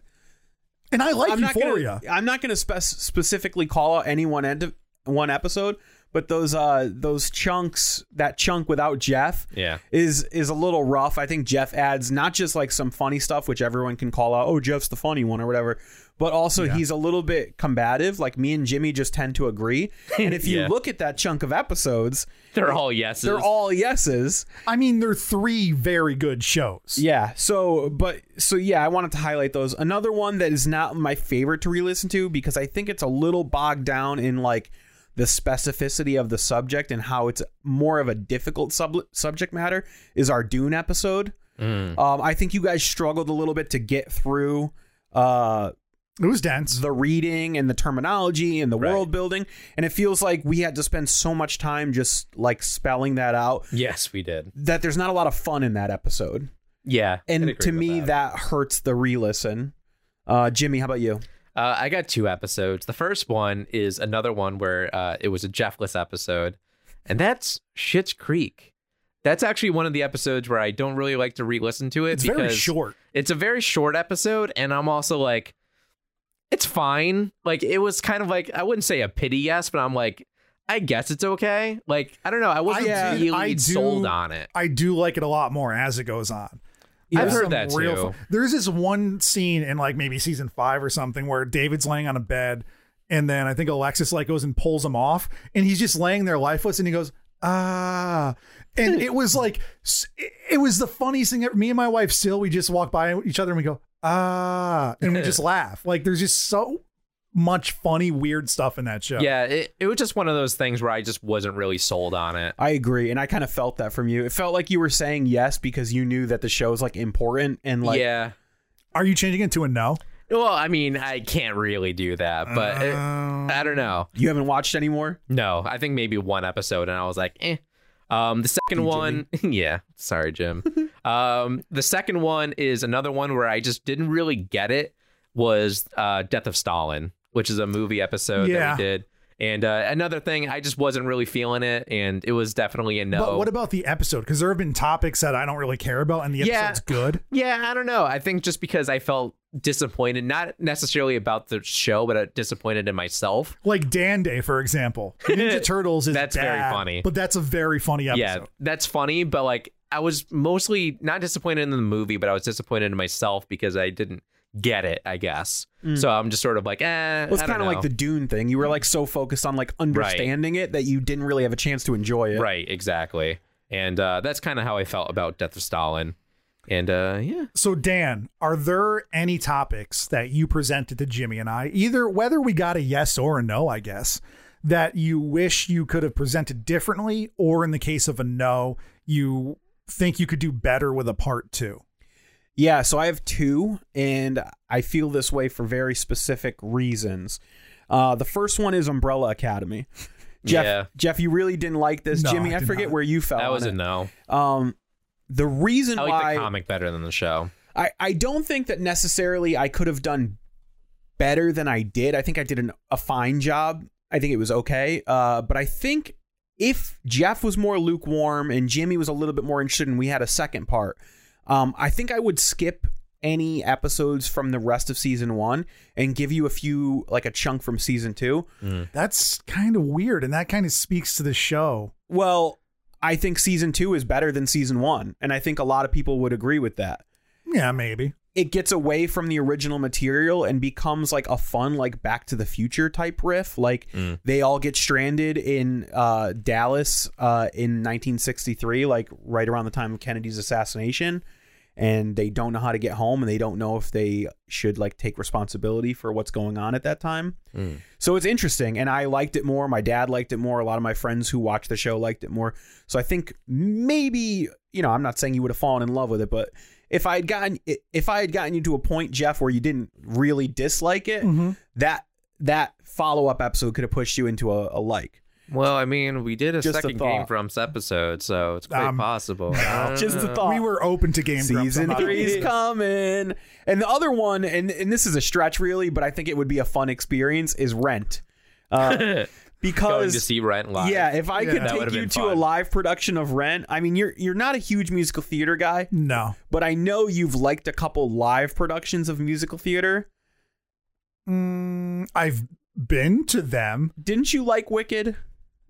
and i like euphoria
Not gonna, I'm not going to spec specifically call out any one end one episode, but those uh those chunks, that chunk without Jeff,
Yeah.
is is a little rough. I think Jeff adds not just like some funny stuff, which everyone can call out. Oh, Jeff's the funny one or whatever, but also he's a little bit combative. Like me and Jimmy just tend to agree, and if you
Yeah.
look at that chunk of episodes,
They're all yeses.
they're all yeses.
i mean they're three very good shows
Yeah. So, but so yeah, I wanted to highlight those. Another one that is not my favorite to re-listen to because I think it's a little bogged down in like the specificity of the subject and how it's more of a difficult sub- subject matter is our Dune episode. Um, I think you guys struggled a little bit to get through uh
It was dense.
the reading and the terminology and the
Right.
world building and it feels like we had to spend so much time just like spelling that out
Yes, we did.
that there's not a lot of fun in that episode
Yeah. I'd agree
and to
with
me
that.
that. hurts the re-listen uh jimmy how about you
Uh, I got two episodes. The first one is another one where uh, it was a Jeffless episode, and that's Shit's Creek. That's actually one of the episodes where I don't really like to re-listen to it.
It's
because
very short.
It's a very short episode, and I'm also like, it's fine. Like it was kind of like I wouldn't say a pity yes, but I'm like, I guess it's okay. Like I don't know. I wasn't
I do-
really
I do-
sold on it.
I do like it a lot more as it goes on.
I've
There's
heard
some
that too.
fu- There's this one scene in like maybe season five or something where David's laying on a bed, and then I think Alexis like goes and pulls him off, and he's just laying there lifeless, and he goes ah, and it was like s- it- it was the funniest thing. ever. Me and my wife still we just walk by each other and we go ah, and we just laugh. Like there's just so much funny weird stuff in that show.
Yeah, it, it was just one of those things where I just wasn't really sold on it.
i agree and i kind of felt that from you it felt like you were saying yes because you knew that the show is like important and like
yeah.
Are you changing it to a no?
Well, I mean, I can't really do that, but it-
Um,
I don't know.
you haven't watched anymore
No, I think maybe one episode, and I was like, eh. Um, the second one, yeah, sorry, Jim. um, the second one is another one where I just didn't really get it. Was uh, Death of Stalin, which is a movie episode
Yeah.
that we did, and uh, another thing, I just wasn't really feeling it, and it was definitely a no.
But what about the episode? Because there have been topics that I don't really care about, and the
Yeah.
episode's good.
Yeah, I don't know. I think just because I felt disappointed, not necessarily about the show, but uh, disappointed in myself.
Like Dan Day, for example. Ninja Turtles is
That's very
bad,
funny.
but that's a very funny episode.
Yeah, that's funny, but like I was mostly not disappointed in the movie, but I was disappointed in myself because I didn't get it, I guess. So I'm just sort of like, eh.
Well, it's
kind of
like the Dune thing. You were like so focused on like understanding it that you didn't really have a chance to enjoy it.
right, exactly, and uh, that's kind of how I felt about Death of Stalin, and uh, yeah,
So Dan, are there any topics that you presented to Jimmy and I, either whether we got a yes or a no, I guess, that you wish you could have presented differently, or in the case of a no, you think you could do better with a part two?
Yeah, so I have two, and I feel this way for very specific reasons. Uh, the first one is Umbrella Academy. Jeff,
Yeah.
Jeff, you really didn't like this.
No,
Jimmy,
I
I,
did
forget
not.
where you fell.
Oh, that
on
was
it.
a no.
Um, the reason
I like
why
the comic better than the show.
I, I don't think that necessarily I could have done better than I did. I think I did an, a fine job. I think it was okay. Uh, but I think if Jeff was more lukewarm and Jimmy was a little bit more interested and we had a second part, um, I think I would skip any episodes from the rest of season one and give you a few, like a chunk from season two.
That's kind of weird, and that kind of speaks to the show.
Well, I think season two is better than season one. And I think a lot of people would agree with that.
Yeah, maybe.
it gets away from the original material and becomes like a fun like back to the future type riff like they all get stranded in uh, dallas uh, in 1963 like right around the time of kennedy's assassination and they don't know how to get home and they don't know if they should like take responsibility for what's going on at that time so it's interesting and i liked it more my dad liked it more a lot of my friends who watched the show liked it more so i think maybe you know i'm not saying you would have fallen in love with it but if i had gotten if i had gotten you to a point jeff where you didn't really dislike it that that follow-up episode could have pushed you into a, a like
Well, I mean, we did a
Just a
second Game
thought.
Grumps episode, so it's quite
Um,
possible. I don't
just
know.
a thought
Uh, We were open to Game Grumps. I'm
season
not-
three's coming and the other one and and this is a stretch really but i think it would be a fun experience is rent uh,
going
because
to see Rent live.
Yeah, if I
That
could take
would've
you
been
to a
fun.
live production of Rent, I mean, you're you're not a huge musical theater guy,
No.
but I know you've liked a couple live productions of musical theater.
Mm, I've been to them.
Didn't you like Wicked?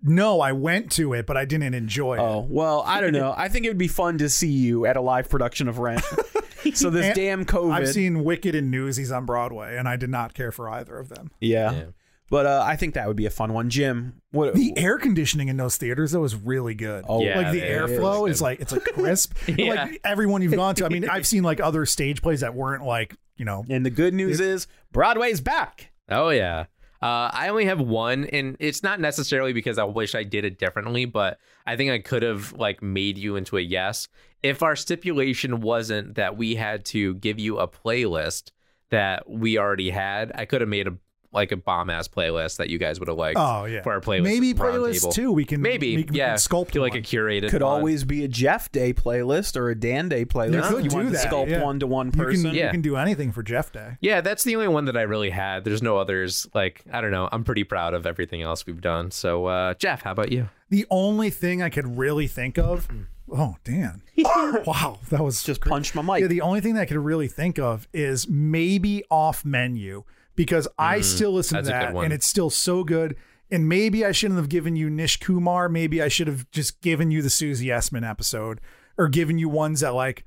No, I went to it, but I didn't enjoy it.
Oh well, I don't know. I think it would be fun to see you at a live production of Rent. so this
And
damn Oh, COVID.
I've seen Wicked and Newsies on Broadway, and I did not care for either of them.
yeah.
Yeah.
But uh, I think that would be a fun one, Jim. What?
The air conditioning in those theaters though is really good.
oh,
Yeah,
like the
they- it is
airflow
good.
is like it's like crisp.
Yeah.
Like everyone you've gone to. I mean, I've seen like other stage plays that weren't like you know.
And the good news is Broadway's back.
Oh yeah. Uh, I only have one, and it's not necessarily because I wish I did it differently, but I think I could have like made you into a yes if our stipulation wasn't that we had to give you a playlist that we already had, I could have made a like a bomb ass playlist that you guys would have liked
Oh yeah.
for our playlist.
Maybe playlist
roundtable.
two. We can
Maybe
we can
yeah.
sculpt
do like
one.
a curated.
Could
one.
always be a Jeff Day playlist or a Dan Day playlist.
could
you
do
want
that,
to sculpt
yeah.
one to one
You can,
person.
you
Yeah.
can do anything for Jeff Day.
Yeah, that's the only one that I really had. There's no others. Like I don't know. I'm pretty proud of everything else we've done. So uh, Jeff, how about you?
The only thing I could really think of.
Hmm.
Oh, Dan. wow. That was
Just punch my mic.
Yeah, the only thing that I could really think of is maybe off menu because I still listen to
Mm, that's a good
that
one.
and it's still so good. And maybe I shouldn't have given you Nish Kumar. Maybe I should have just given you the Susie Essman episode or given you ones that like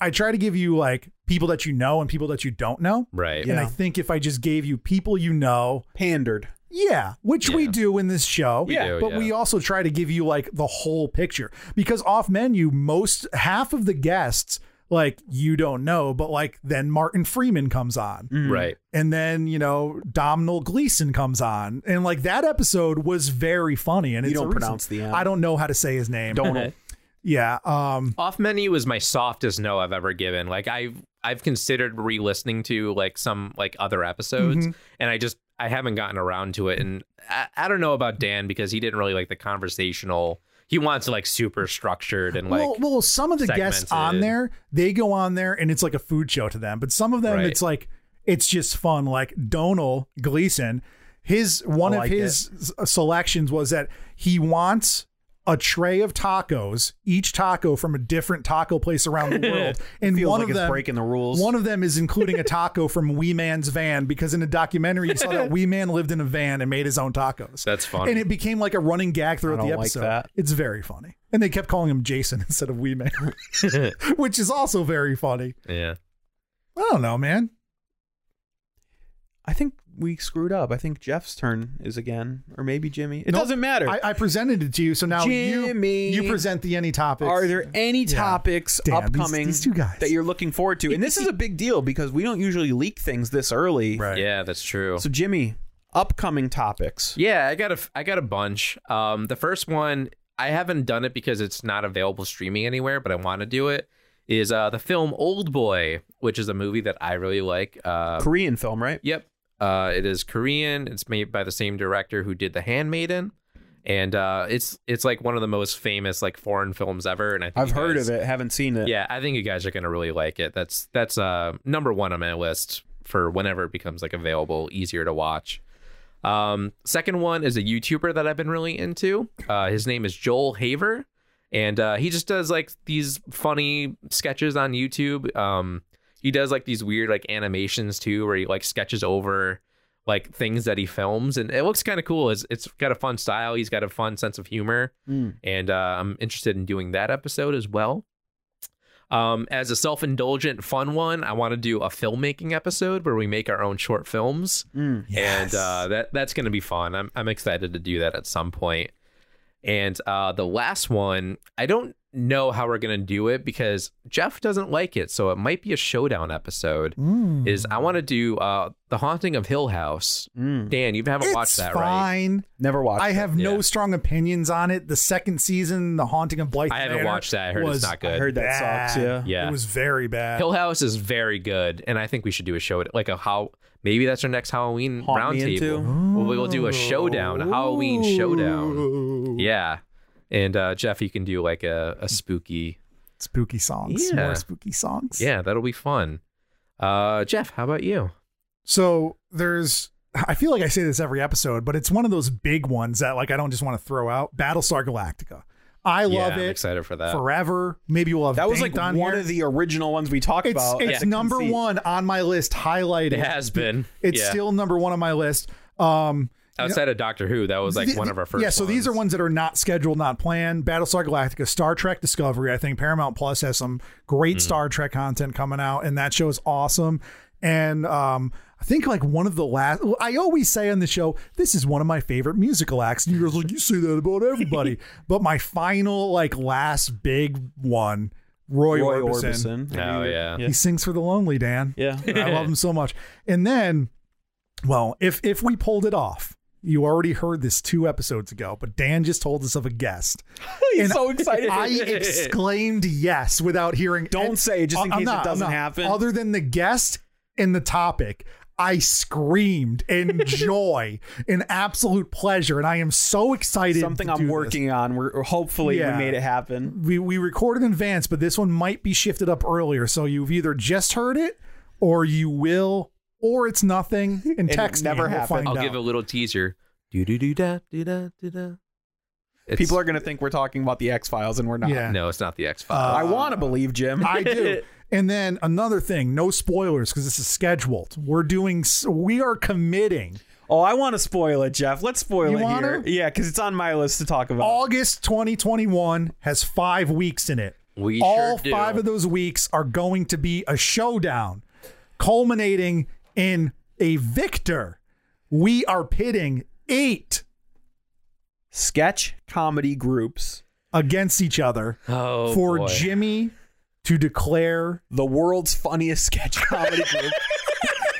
I try to give you like people that you know and people that you don't know.
Right.
And I think if I just gave you people you know,
Pandered.
yeah, which we
Yeah.
do in this show.
We Yeah. do,
but we
yeah.
also try to give you like the whole picture because off menu, most half of the guests like you don't know, but like then Martin Freeman comes on,
Mm.
Right.
and then you know Domhnall Gleeson comes on, and like that episode was very funny. And
You
it's
don't
the reason-
pronounce the M.
I don't know how to say his name.
Donald.
Yeah. Um.
Off menu is my softest no I've ever given. Like I've I've considered re-listening to like some like other episodes,
Mm-hmm.
and I just I haven't gotten around to it. And I, I don't know about Dan because he didn't really like the conversational. He wants like super structured and like
well, well, some of the guests on
segmented.
there, they go on there and it's like a food show to them. But some of them,
Right.
it's like it's just fun. Like Donal Gleason, his one
I
of
like
his s- uh, selections was that he wants a tray of tacos, each taco from a different taco place around the world, and
Feels
one
like
of
it's
them
breaking the rules.
One of them is including a taco from Wee Man's van because in a documentary you saw that Wee Man lived in a van and made his own tacos.
That's funny.
and it became like a running gag throughout the
don't like
episode.
that.
It's very funny. And they kept calling him Jason instead of Wee Man, which is also very funny.
yeah.
I don't know, man.
I think we screwed up. I think Jeff's turn is again, or maybe Jimmy. It
Nope.
doesn't matter.
I, I presented it to you, so now
Jimmy.
you you present the any topics.
Are there any
Yeah.
topics
Damn, these-
upcoming
these two guys.
that you're looking forward to? And this is a big deal because we don't usually leak things this early.
right?
Yeah, that's true.
So Jimmy, upcoming topics.
Yeah, I got a I got a bunch. Um, the first one I haven't done it because it's not available streaming anywhere, but I want to do it. Is uh the film Old Boy, which is a movie that I really like. Uh,
Korean film, right?
yep, uh, it is Korean. It's made by the same director who did The Handmaiden, and uh, it's it's like one of the most famous like foreign films ever. And I think
I've
you
heard
guys-
of it, haven't seen it.
Yeah, I think you guys are gonna really like it. That's that's uh number one on my list for whenever it becomes like available, easier to watch. Um, second one is a YouTuber that I've been really into. Uh, his name is Joel Haver, and uh, he just does like these funny sketches on YouTube. Um, he does like these weird like animations too, where he like sketches over like things that he films, and it looks kind of cool. It's it's got a fun style. He's got a fun sense of humor,
Mm.
and uh, I'm interested in doing that episode as well. Um, as a self-indulgent fun one, I want to do a filmmaking episode where we make our own short films
Mm.
Yes.
and uh, that that's gonna be fun. I'm I'm excited to do that at some point. And uh, the last one, I don't know how we're gonna do it because Jeff doesn't like it, so it might be a showdown episode.
Mm.
Is I want to do uh, the Haunting of Hill House.
Mm.
Dan, you haven't
it's
watched that, right?
fine.
Never watched.
I
it.
have no
Yeah.
strong opinions on it. The second season, The Haunting of Blythe.
I haven't
Manor,
watched that. I heard
was
it's not good.
I heard that
bad.
sucks. Yeah.
Yeah.
It was very bad.
Hill House is very good, and I think we should do a show like a how maybe that's our next Halloween
Haunt me into.
roundtable. We'll, we'll do a showdown, a Halloween showdown.
Ooh.
Yeah. And uh, Jeff, you can do like a, a spooky.
Spooky songs.
Yeah.
More spooky songs.
Yeah, that'll be fun. Uh, Jeff, how about you?
So there's I feel like I say this every episode, but it's one of those big ones that like I don't just want to throw out. Battlestar Galactica. I
yeah,
love
I'm
it
excited for that.
forever. Maybe we'll have
That was
Banked
like
on
one
here.
of the original ones we talked
it's
about.
it's
as a
number
conceit.
one on my list, highlighted.
it has been.
It's
Yeah.
still number one on my list. Um
outside of Doctor Who. That was like
The-
one
the-
of our first.
Yeah, so these are
ones.
ones that are not scheduled, not planned. Battlestar Galactica, Star Trek Discovery. I think Paramount Plus has some
Hmm.
great Star Trek content coming out, and that show is awesome. And um, I think like one of the last, I always say on the show, this is one of my favorite musical acts. And you guys are like you say that about everybody, but my final like last big one, Roy,
Roy
Orbison.
Orbison.
Oh, yeah.
He sings for the lonely, Dan.
Yeah.
I love him so much. And then, well, if if we pulled it off, you already heard this two episodes ago, but Dan just told us of a guest.
He's
And
so excited.
I exclaimed yes without hearing.
Don't say, just in
I'm
case it
not- I'm
doesn't
not.
happen.
Other than the guest in the topic, I screamed in joy, in absolute pleasure, and I am so excited.
Something
to do
I'm
this.
working on. We're hopefully
Yeah.
we made it happen.
We we recorded in advance, but this one might be shifted up earlier, so you've either just heard it, or you will, or it's nothing. And
it
text me
never
and we'll
happened.
find
I'll
out.
give a little teaser. Do do do da do da do da. It's-
People are gonna think we're talking about the X Files, and we're not.
Yeah.
no, it's not the X
Uh,
Files.
I want to believe Jim.
I do. And then another thing, no spoilers because this is scheduled. We're doing, s- we are committing
oh, I want to spoil it, Jeff. Let's spoil
You
it
wanna?
here. Yeah, because it's on my list to talk about.
August 2021 has five weeks in it.
we
All
sure do.
five of those weeks are going to be a showdown, culminating in a victor. We are pitting eight
Sketch comedy groups,
against each other
oh,
for
boy.
Jimmy to declare
the world's funniest sketch comedy group.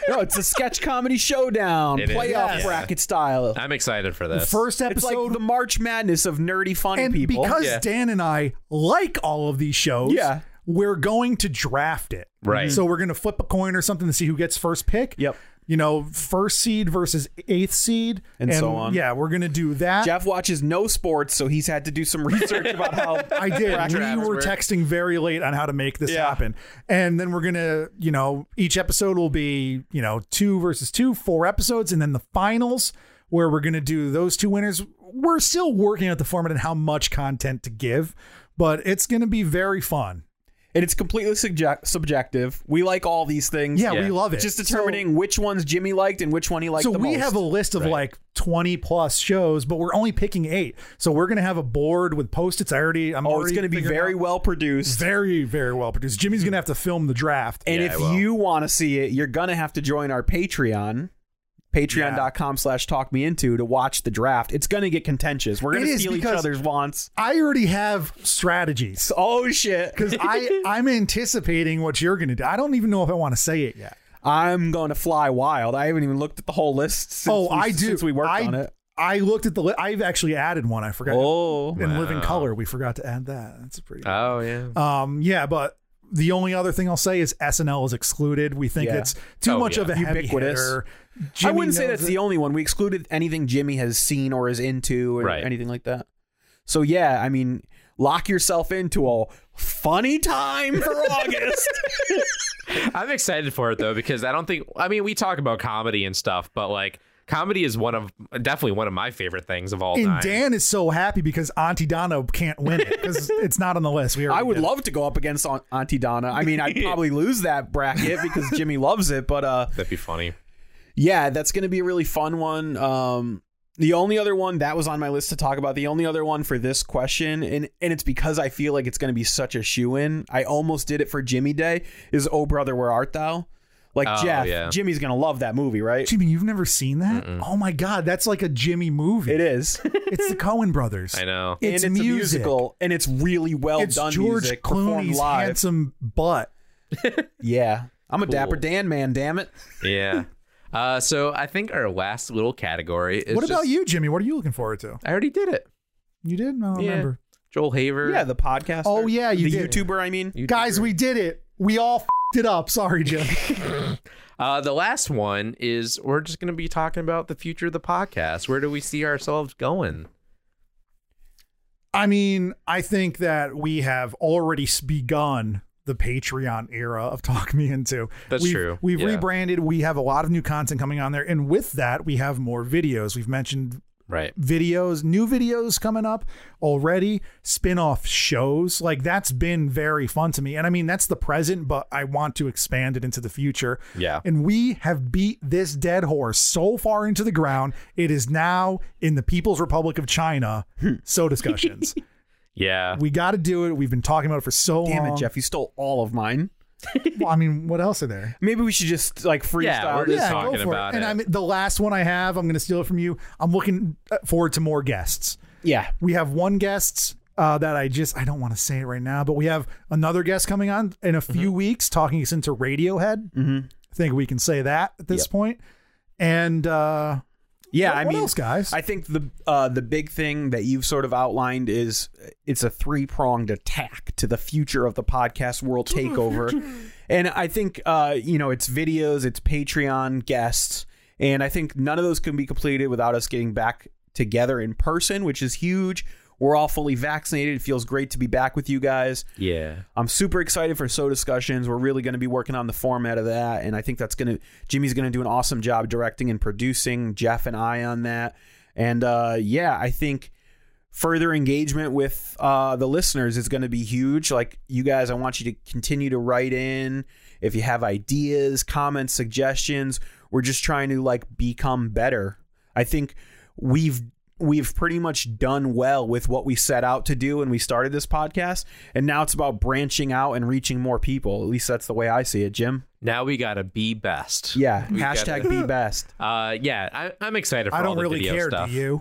no, it's a sketch comedy showdown,
It is. Uh,
playoff
Yes.
bracket style.
I'm excited for
the
this.
first
It's
episode.
like the March Madness of nerdy funny
and
people.
because
Yeah.
Dan and I like all of these shows,
Yeah.
we're going to draft it.
Right.
So we're going to flip a coin or something to see who gets first pick.
Yep.
You know, first seed versus eighth seed,
And so on.
Yeah, we're going to do that.
Jeff watches no sports, so he's had to do some research about how
I did.
Bracket
we
drafts
were
work.
texting very late on how to make this
Yeah.
happen. And then we're going to, you know, each episode will be, you know, two versus two, four episodes, and then the finals where we're going to do those two winners. We're still working out the format and how much content to give, but it's going to be very fun.
and it's completely subject- subjective. We like all these things.
Yeah, we
Yeah.
love it.
Mm-hmm. just
So-
determining which ones Jimmy liked and which one he liked
So
the
we
most.
have a list of
Right.
like 20 plus shows, but we're only picking eight. So we're going to have a board with post-its. I already, I'm
oh,
already
it's going to be
figuring
very
out-
well produced.
very, very well produced. Jimmy's going to have to film the draft.
and
Yeah, I will.
if you want to see it, you're going to have to join our Patreon. Patreon.com slash talk me into to watch the draft. It's going to get contentious. We're going
It
to
is
steal each
because-
other's wants.
I already have strategies
Oh, shit.
because I, I'm anticipating what you're going to do. I don't even know if I want to say it yet.
I'm going to fly wild. I haven't even looked at the whole list since,
oh,
we,
I do.
since we worked
I,
on it.
I looked at the list. I've actually added one. I forgot.
Oh. Uh,
In Living
Wow.
Color, we forgot to add that. That's pretty.
oh yeah.
Um, yeah, but the only other thing I'll say is SNL is excluded. We think
Yeah.
it's too
Oh,
much
yeah.
of a heavy
Ubiquitous.
hitter.
I
Jimmy
wouldn't say
knows
that's
it.
the only one. We excluded anything Jimmy has seen or is into or
Right.
anything like that. So yeah, I mean, lock yourself into a funny time for August.
I'm excited for it though because I don't think I mean we talk about comedy and stuff, but like comedy is one of definitely one of my favorite things of all time.
And Dan is so happy because Auntie Donna can't win it because it's not on the list. We already
I would
did.
love to go up against Aunt- Auntie Donna. I mean, I'd probably lose that bracket because Jimmy loves it, but uh
That'd be funny.
yeah, that's going to be a really fun one. Um the only other one that was on my list to talk about, the only other one for this question, and, and it's because I feel like it's going to be such a shoe in. I almost did it for Jimmy Day, is Oh Brother, Where Art Thou? Like,
Oh,
Jeff,
yeah.
Jimmy's going to love that movie, right?
Jimmy, you've never seen that? Oh my God, that's like a Jimmy movie.
It is.
It's the Cohen brothers.
I know.
and
It's
it's a
music.
musical, and it's really well
It's
done
George
music performed
Clooney's
live.
handsome butt.
Yeah. I'm a
Cool.
Dapper Dan man, damn it.
Yeah. Uh, so I think our last little category is
what about
just-
you, Jimmy? What are you looking forward to?
I already did it.
You did? I don't
Yeah.
remember.
Joel Haver.
Yeah, the podcast.
Oh, yeah, you
the
did.
YouTuber. I mean,
YouTuber.
Guys, we did it. We all fed it up. Sorry, Jim.
Uh, the last one is we're just going to be talking about the future of the podcast. Where do we see ourselves going?
I mean, I think that we have already s- begun the Patreon era of Talk Me Into.
That's
we've,
true.
We've
Yeah.
rebranded. We have a lot of new content coming on there. And with that, we have more videos. We've mentioned
Right.
videos, new videos coming up already, spin off shows. Like that's been very fun to me. And I mean, that's the present, but I want to expand it into the future.
Yeah.
And we have beat this dead horse so far into the ground. It is now in the People's Republic of China.
Hmm.
so discussions.
Yeah.
we got to do it. We've been talking about it for so
damn
long.
it, Jeff, you stole all of mine.
Well, I mean, what else are there?
Maybe we should just like freestyle.
Yeah, we're
this.
just talking about
And
it.
I'm the last one I have. I'm going to steal it from you. I'm looking uh, forward to more guests.
yeah.
we have one guest uh, that I just I don't want to say it right now, but we have another guest coming on in a few weeks talking us into Radiohead. Mm-hmm. I think we can say that at this point. And uh,
Yeah,
What-
I
what
mean,
else, guys?
I think the uh, the big thing that you've sort of outlined uh, is it's a three pronged attack to the future of the podcast world takeover, And I think uh, you know, it's videos, it's Patreon guests, and I think none of those can be completed without us getting back together in person, which is huge. We're all fully vaccinated. It feels great to be back with you guys.
Yeah.
I'm super excited for so discussions. We're really going to be working on the format of that, and I think that's going to Jimmy's going to do an awesome job directing and producing. Jeff and I on that, and uh, yeah, I think further engagement with uh, the listeners is going to be huge. Like you guys, I want you to continue to write in if you have ideas, comments, suggestions. We're just trying to like become better. I think we've we've pretty much done well with what we set out to do when we started this podcast and now it's about branching out and reaching more people at least that's the way i see it jim
Now we gotta be best.
yeah
We
hashtag be best
gotta- uh, yeah. I, I'm excited for
I
all
don't
the
really
video
care,
stuff.
do you?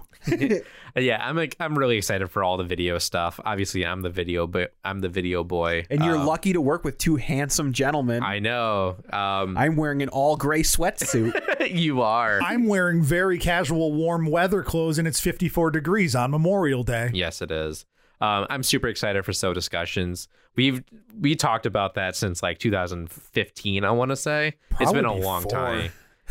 Yeah, I'm like, I'm really excited for all the video stuff. Obviously, I'm the video, but I'm the video boy.
and you're
Um,
lucky to work with two handsome gentlemen
I know. Um,
i'm wearing an all gray sweatsuit
you are.
I'm wearing very casual warm weather clothes and it's 54 degrees on Memorial Day.
Yes, it is. Um, I'm super excited for so discussions. We've we talked about that since like 2015. I want to say it's been a
Probably
long
four.
time.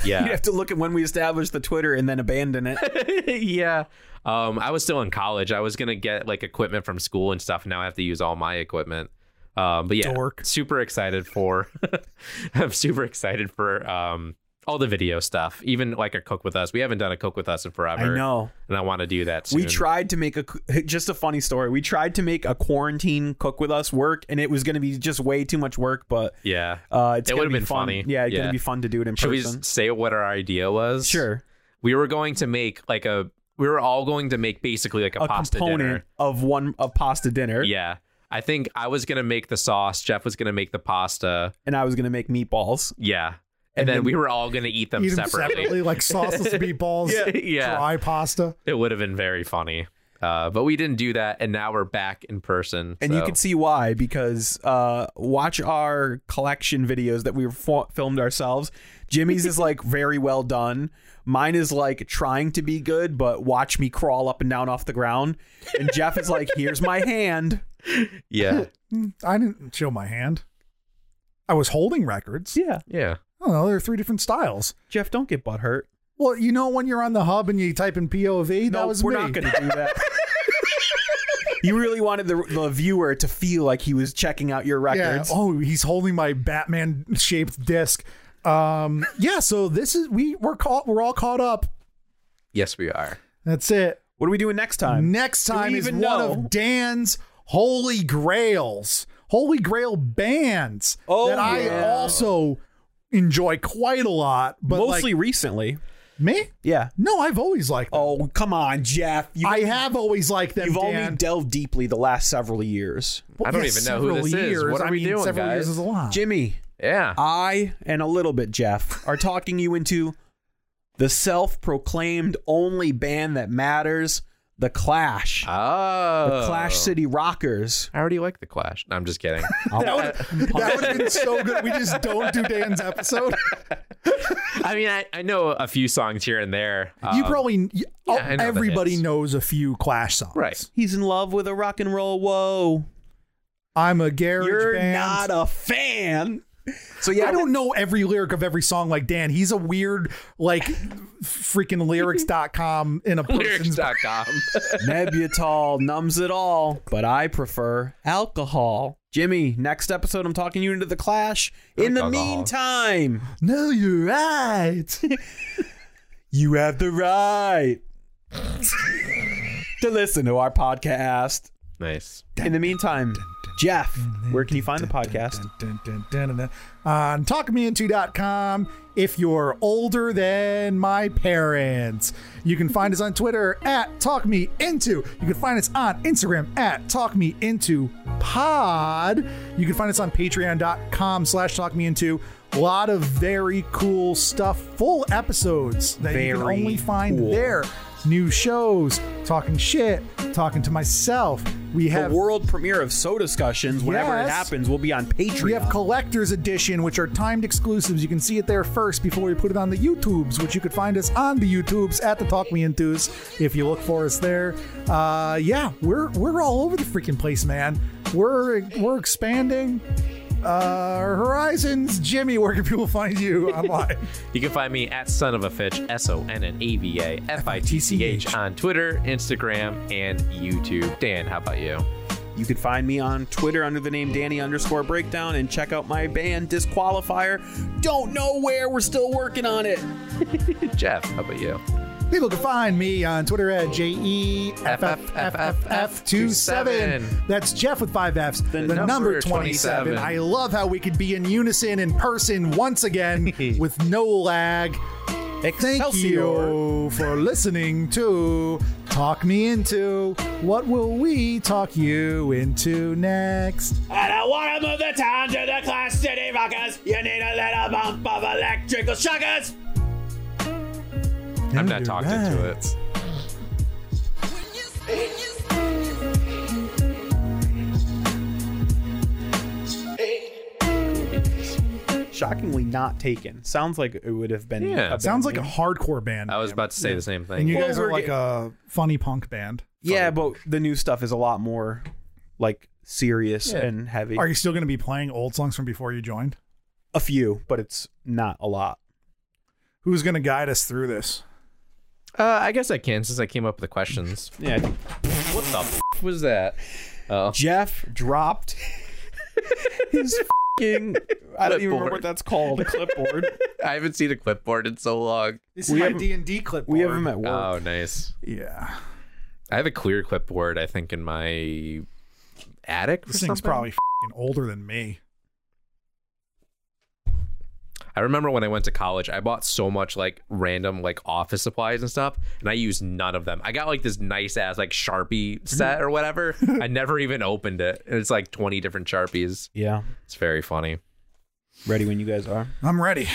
you
Yeah,
have to look at when we established the twitter and then abandon it
yeah. Um, I was still in college. I was gonna get like equipment from school and stuff. Now I have to use all my equipment. Um, but yeah,
Dork.
super excited for. I'm super excited for um all the video stuff. Even like a cook with us. We haven't done a cook with us in
i
forever.
know
and I want to do that. Soon.
we tried to make a just a funny story we tried to make a quarantine cook with us work and it was going to be just way too much work but
Yeah.
uh, it's
It
gonna
would've
be
been
fun.
funny.
Yeah, it's
Yeah.
gonna be fun to do it in
Should we
person.
just say what our idea was?
Sure.
we were going to make like a we were all going to make basically like a,
a
pasta
component
dinner.
of one of pasta dinner.
Yeah. I think I was gonna make the sauce, Jeff was gonna make the pasta.
And I was gonna make meatballs.
Yeah. And,
And
then,
then-
we were all gonna eat them
Eat them
separately.
separately, like sauceless meatballs,
yeah.
dry pasta.
It would have been very funny. Uh, but we didn't do that and now we're back in person.
And you
so-
can see why because uh, watch our collection videos that we fo- filmed ourselves. Jimmy's is like very well done. Mine is like trying to be good, but watch me crawl up and down off the ground. And Jeff is like, "Here's my hand."
Yeah.
I didn't show my hand. I was holding records.
Yeah,
Yeah.
I don't know. There are three different styles.
Jeff, don't get butthurt.
Well, you know when you're on the hub and you type in POV,
No,
that was
we're
me.
not going to do that. you really wanted the, the viewer to feel like he was checking out your
yeah.
records.
Oh, he's holding my Batman shaped disc. Um, yeah. So this is we we're caught. We're all caught up.
Yes, we are.
That's it.
What are we doing next time?
Next
we
time is
even
one
know?
of Dan's holy grails, holy grail bands
Oh,
that I
yeah.
also enjoy quite a lot. But
Mostly
like,
recently.
me?
Yeah.
No, I've always liked them.
Oh, come on, Jeff. You,
I have always liked them.
you've
Dan.
only delved deeply the last several years.
I don't even know who
several
this is.
years.
What are
I
we
mean,
doing,
several years
guys?
is a lot.
Jimmy,
Yeah.
I, and a little bit Jeff, are talking you into the self proclaimed only band that matters the Clash.
Oh
Ah, the Clash City Rockers.
I already like the Clash. No, I'm just kidding.
that would that would have been so good. We just don't do Dan's episode.
I mean I, I know a few songs here and there. Um,
you probably oh,
I know the
everybody
hits.
knows a few Clash songs.
Right.
He's in love with a rock and roll. Whoa.
I'm a garage
You're
band.
not a fan. So yeah,
I don't know every lyric of every song like Dan. He's a weird, like, freaking lyrics.com in a person's.
lyrics.com.
Nebutol numbs it all, but I prefer alcohol. Jimmy, next episode, I'm talking you into the clash. In
like
the
alcohol.
meantime,
No, you're right.
you have the right to listen to our podcast.
Nice.
In the meantime, Jeff, where can you find the podcast?
On talkmeinto.com if you're older than my parents. You can find us on Twitter at talkmeinto. You can find us on Instagram at talkmeintopod. You can find us on patreon.com slash talkmeinto. A lot of very cool stuff, full episodes that you can
Very
only find
cool.
there. New shows, talking shit, talking to myself. We
The
have
world premiere of So Discussions, whenever it
Yes.
happens, will be on
we have
Patreon.
collector's edition, which are timed exclusives. You can see it there first before we put it on the YouTubes, which you could find us on the YouTubes at the Talk Me Intos if you look for us there. Uh, yeah, we're we're all over the freaking place, man. We're we're expanding. Uh, Horizons, Jimmy, where can people find you online?
You can find me at Son of a Fitch, S O N N A V A F I T C H, on Twitter, Instagram, and YouTube. Dan, how about you?
You can find me on Twitter under the name Danny underscore breakdown and check out my band Disqualifier. Don't know where, we're still working on it.
Jeff, how about you?
People can find me on Twitter at E JEFFFFF27. That's Jeff with five F's, the,
number 27.
I love how we could be in unison in person once again with no lag. Thank you for listening to Talk Me Into. What will we talk you into next?
I don't want to move the town to the class city rockers. You need a little bump of electrical shockers.
I'm not talked into it.
Shockingly not taken. Sounds like it would have been.
Yeah.
band
Sounds like a
name.
hardcore band.
I was about to say the same
and
thing.
you
Well,
guys are
we're
like
get-
a funny punk band.
yeah, but the new stuff is a lot more like serious
Yeah.
and heavy.
Are you still going to be playing old songs from before you joined?
a few, but it's not a lot.
Who's going to guide us through this?
Uh, I guess I can since I came up with the questions.
Yeah, I think
What the f- was that? Oh,
Jeff dropped his fing I don't even remember
Clipboard.
what that's called. Clipboard.
I haven't seen a clipboard in so long.
This
We haven't-
D&D clip.
We have him at work.
Oh, nice.
Yeah.
I have a clear clipboard, I think, in my attic. Or
This thing's
something.
probably fing older than me.
I remember when I went to college, I bought so much like random like office supplies and stuff, and I used none of them. I got like this nice ass like Sharpie set or whatever. I never even opened it. And it's like 20 different Sharpies.
yeah.
It's very funny.
Ready when you guys are.
I'm ready.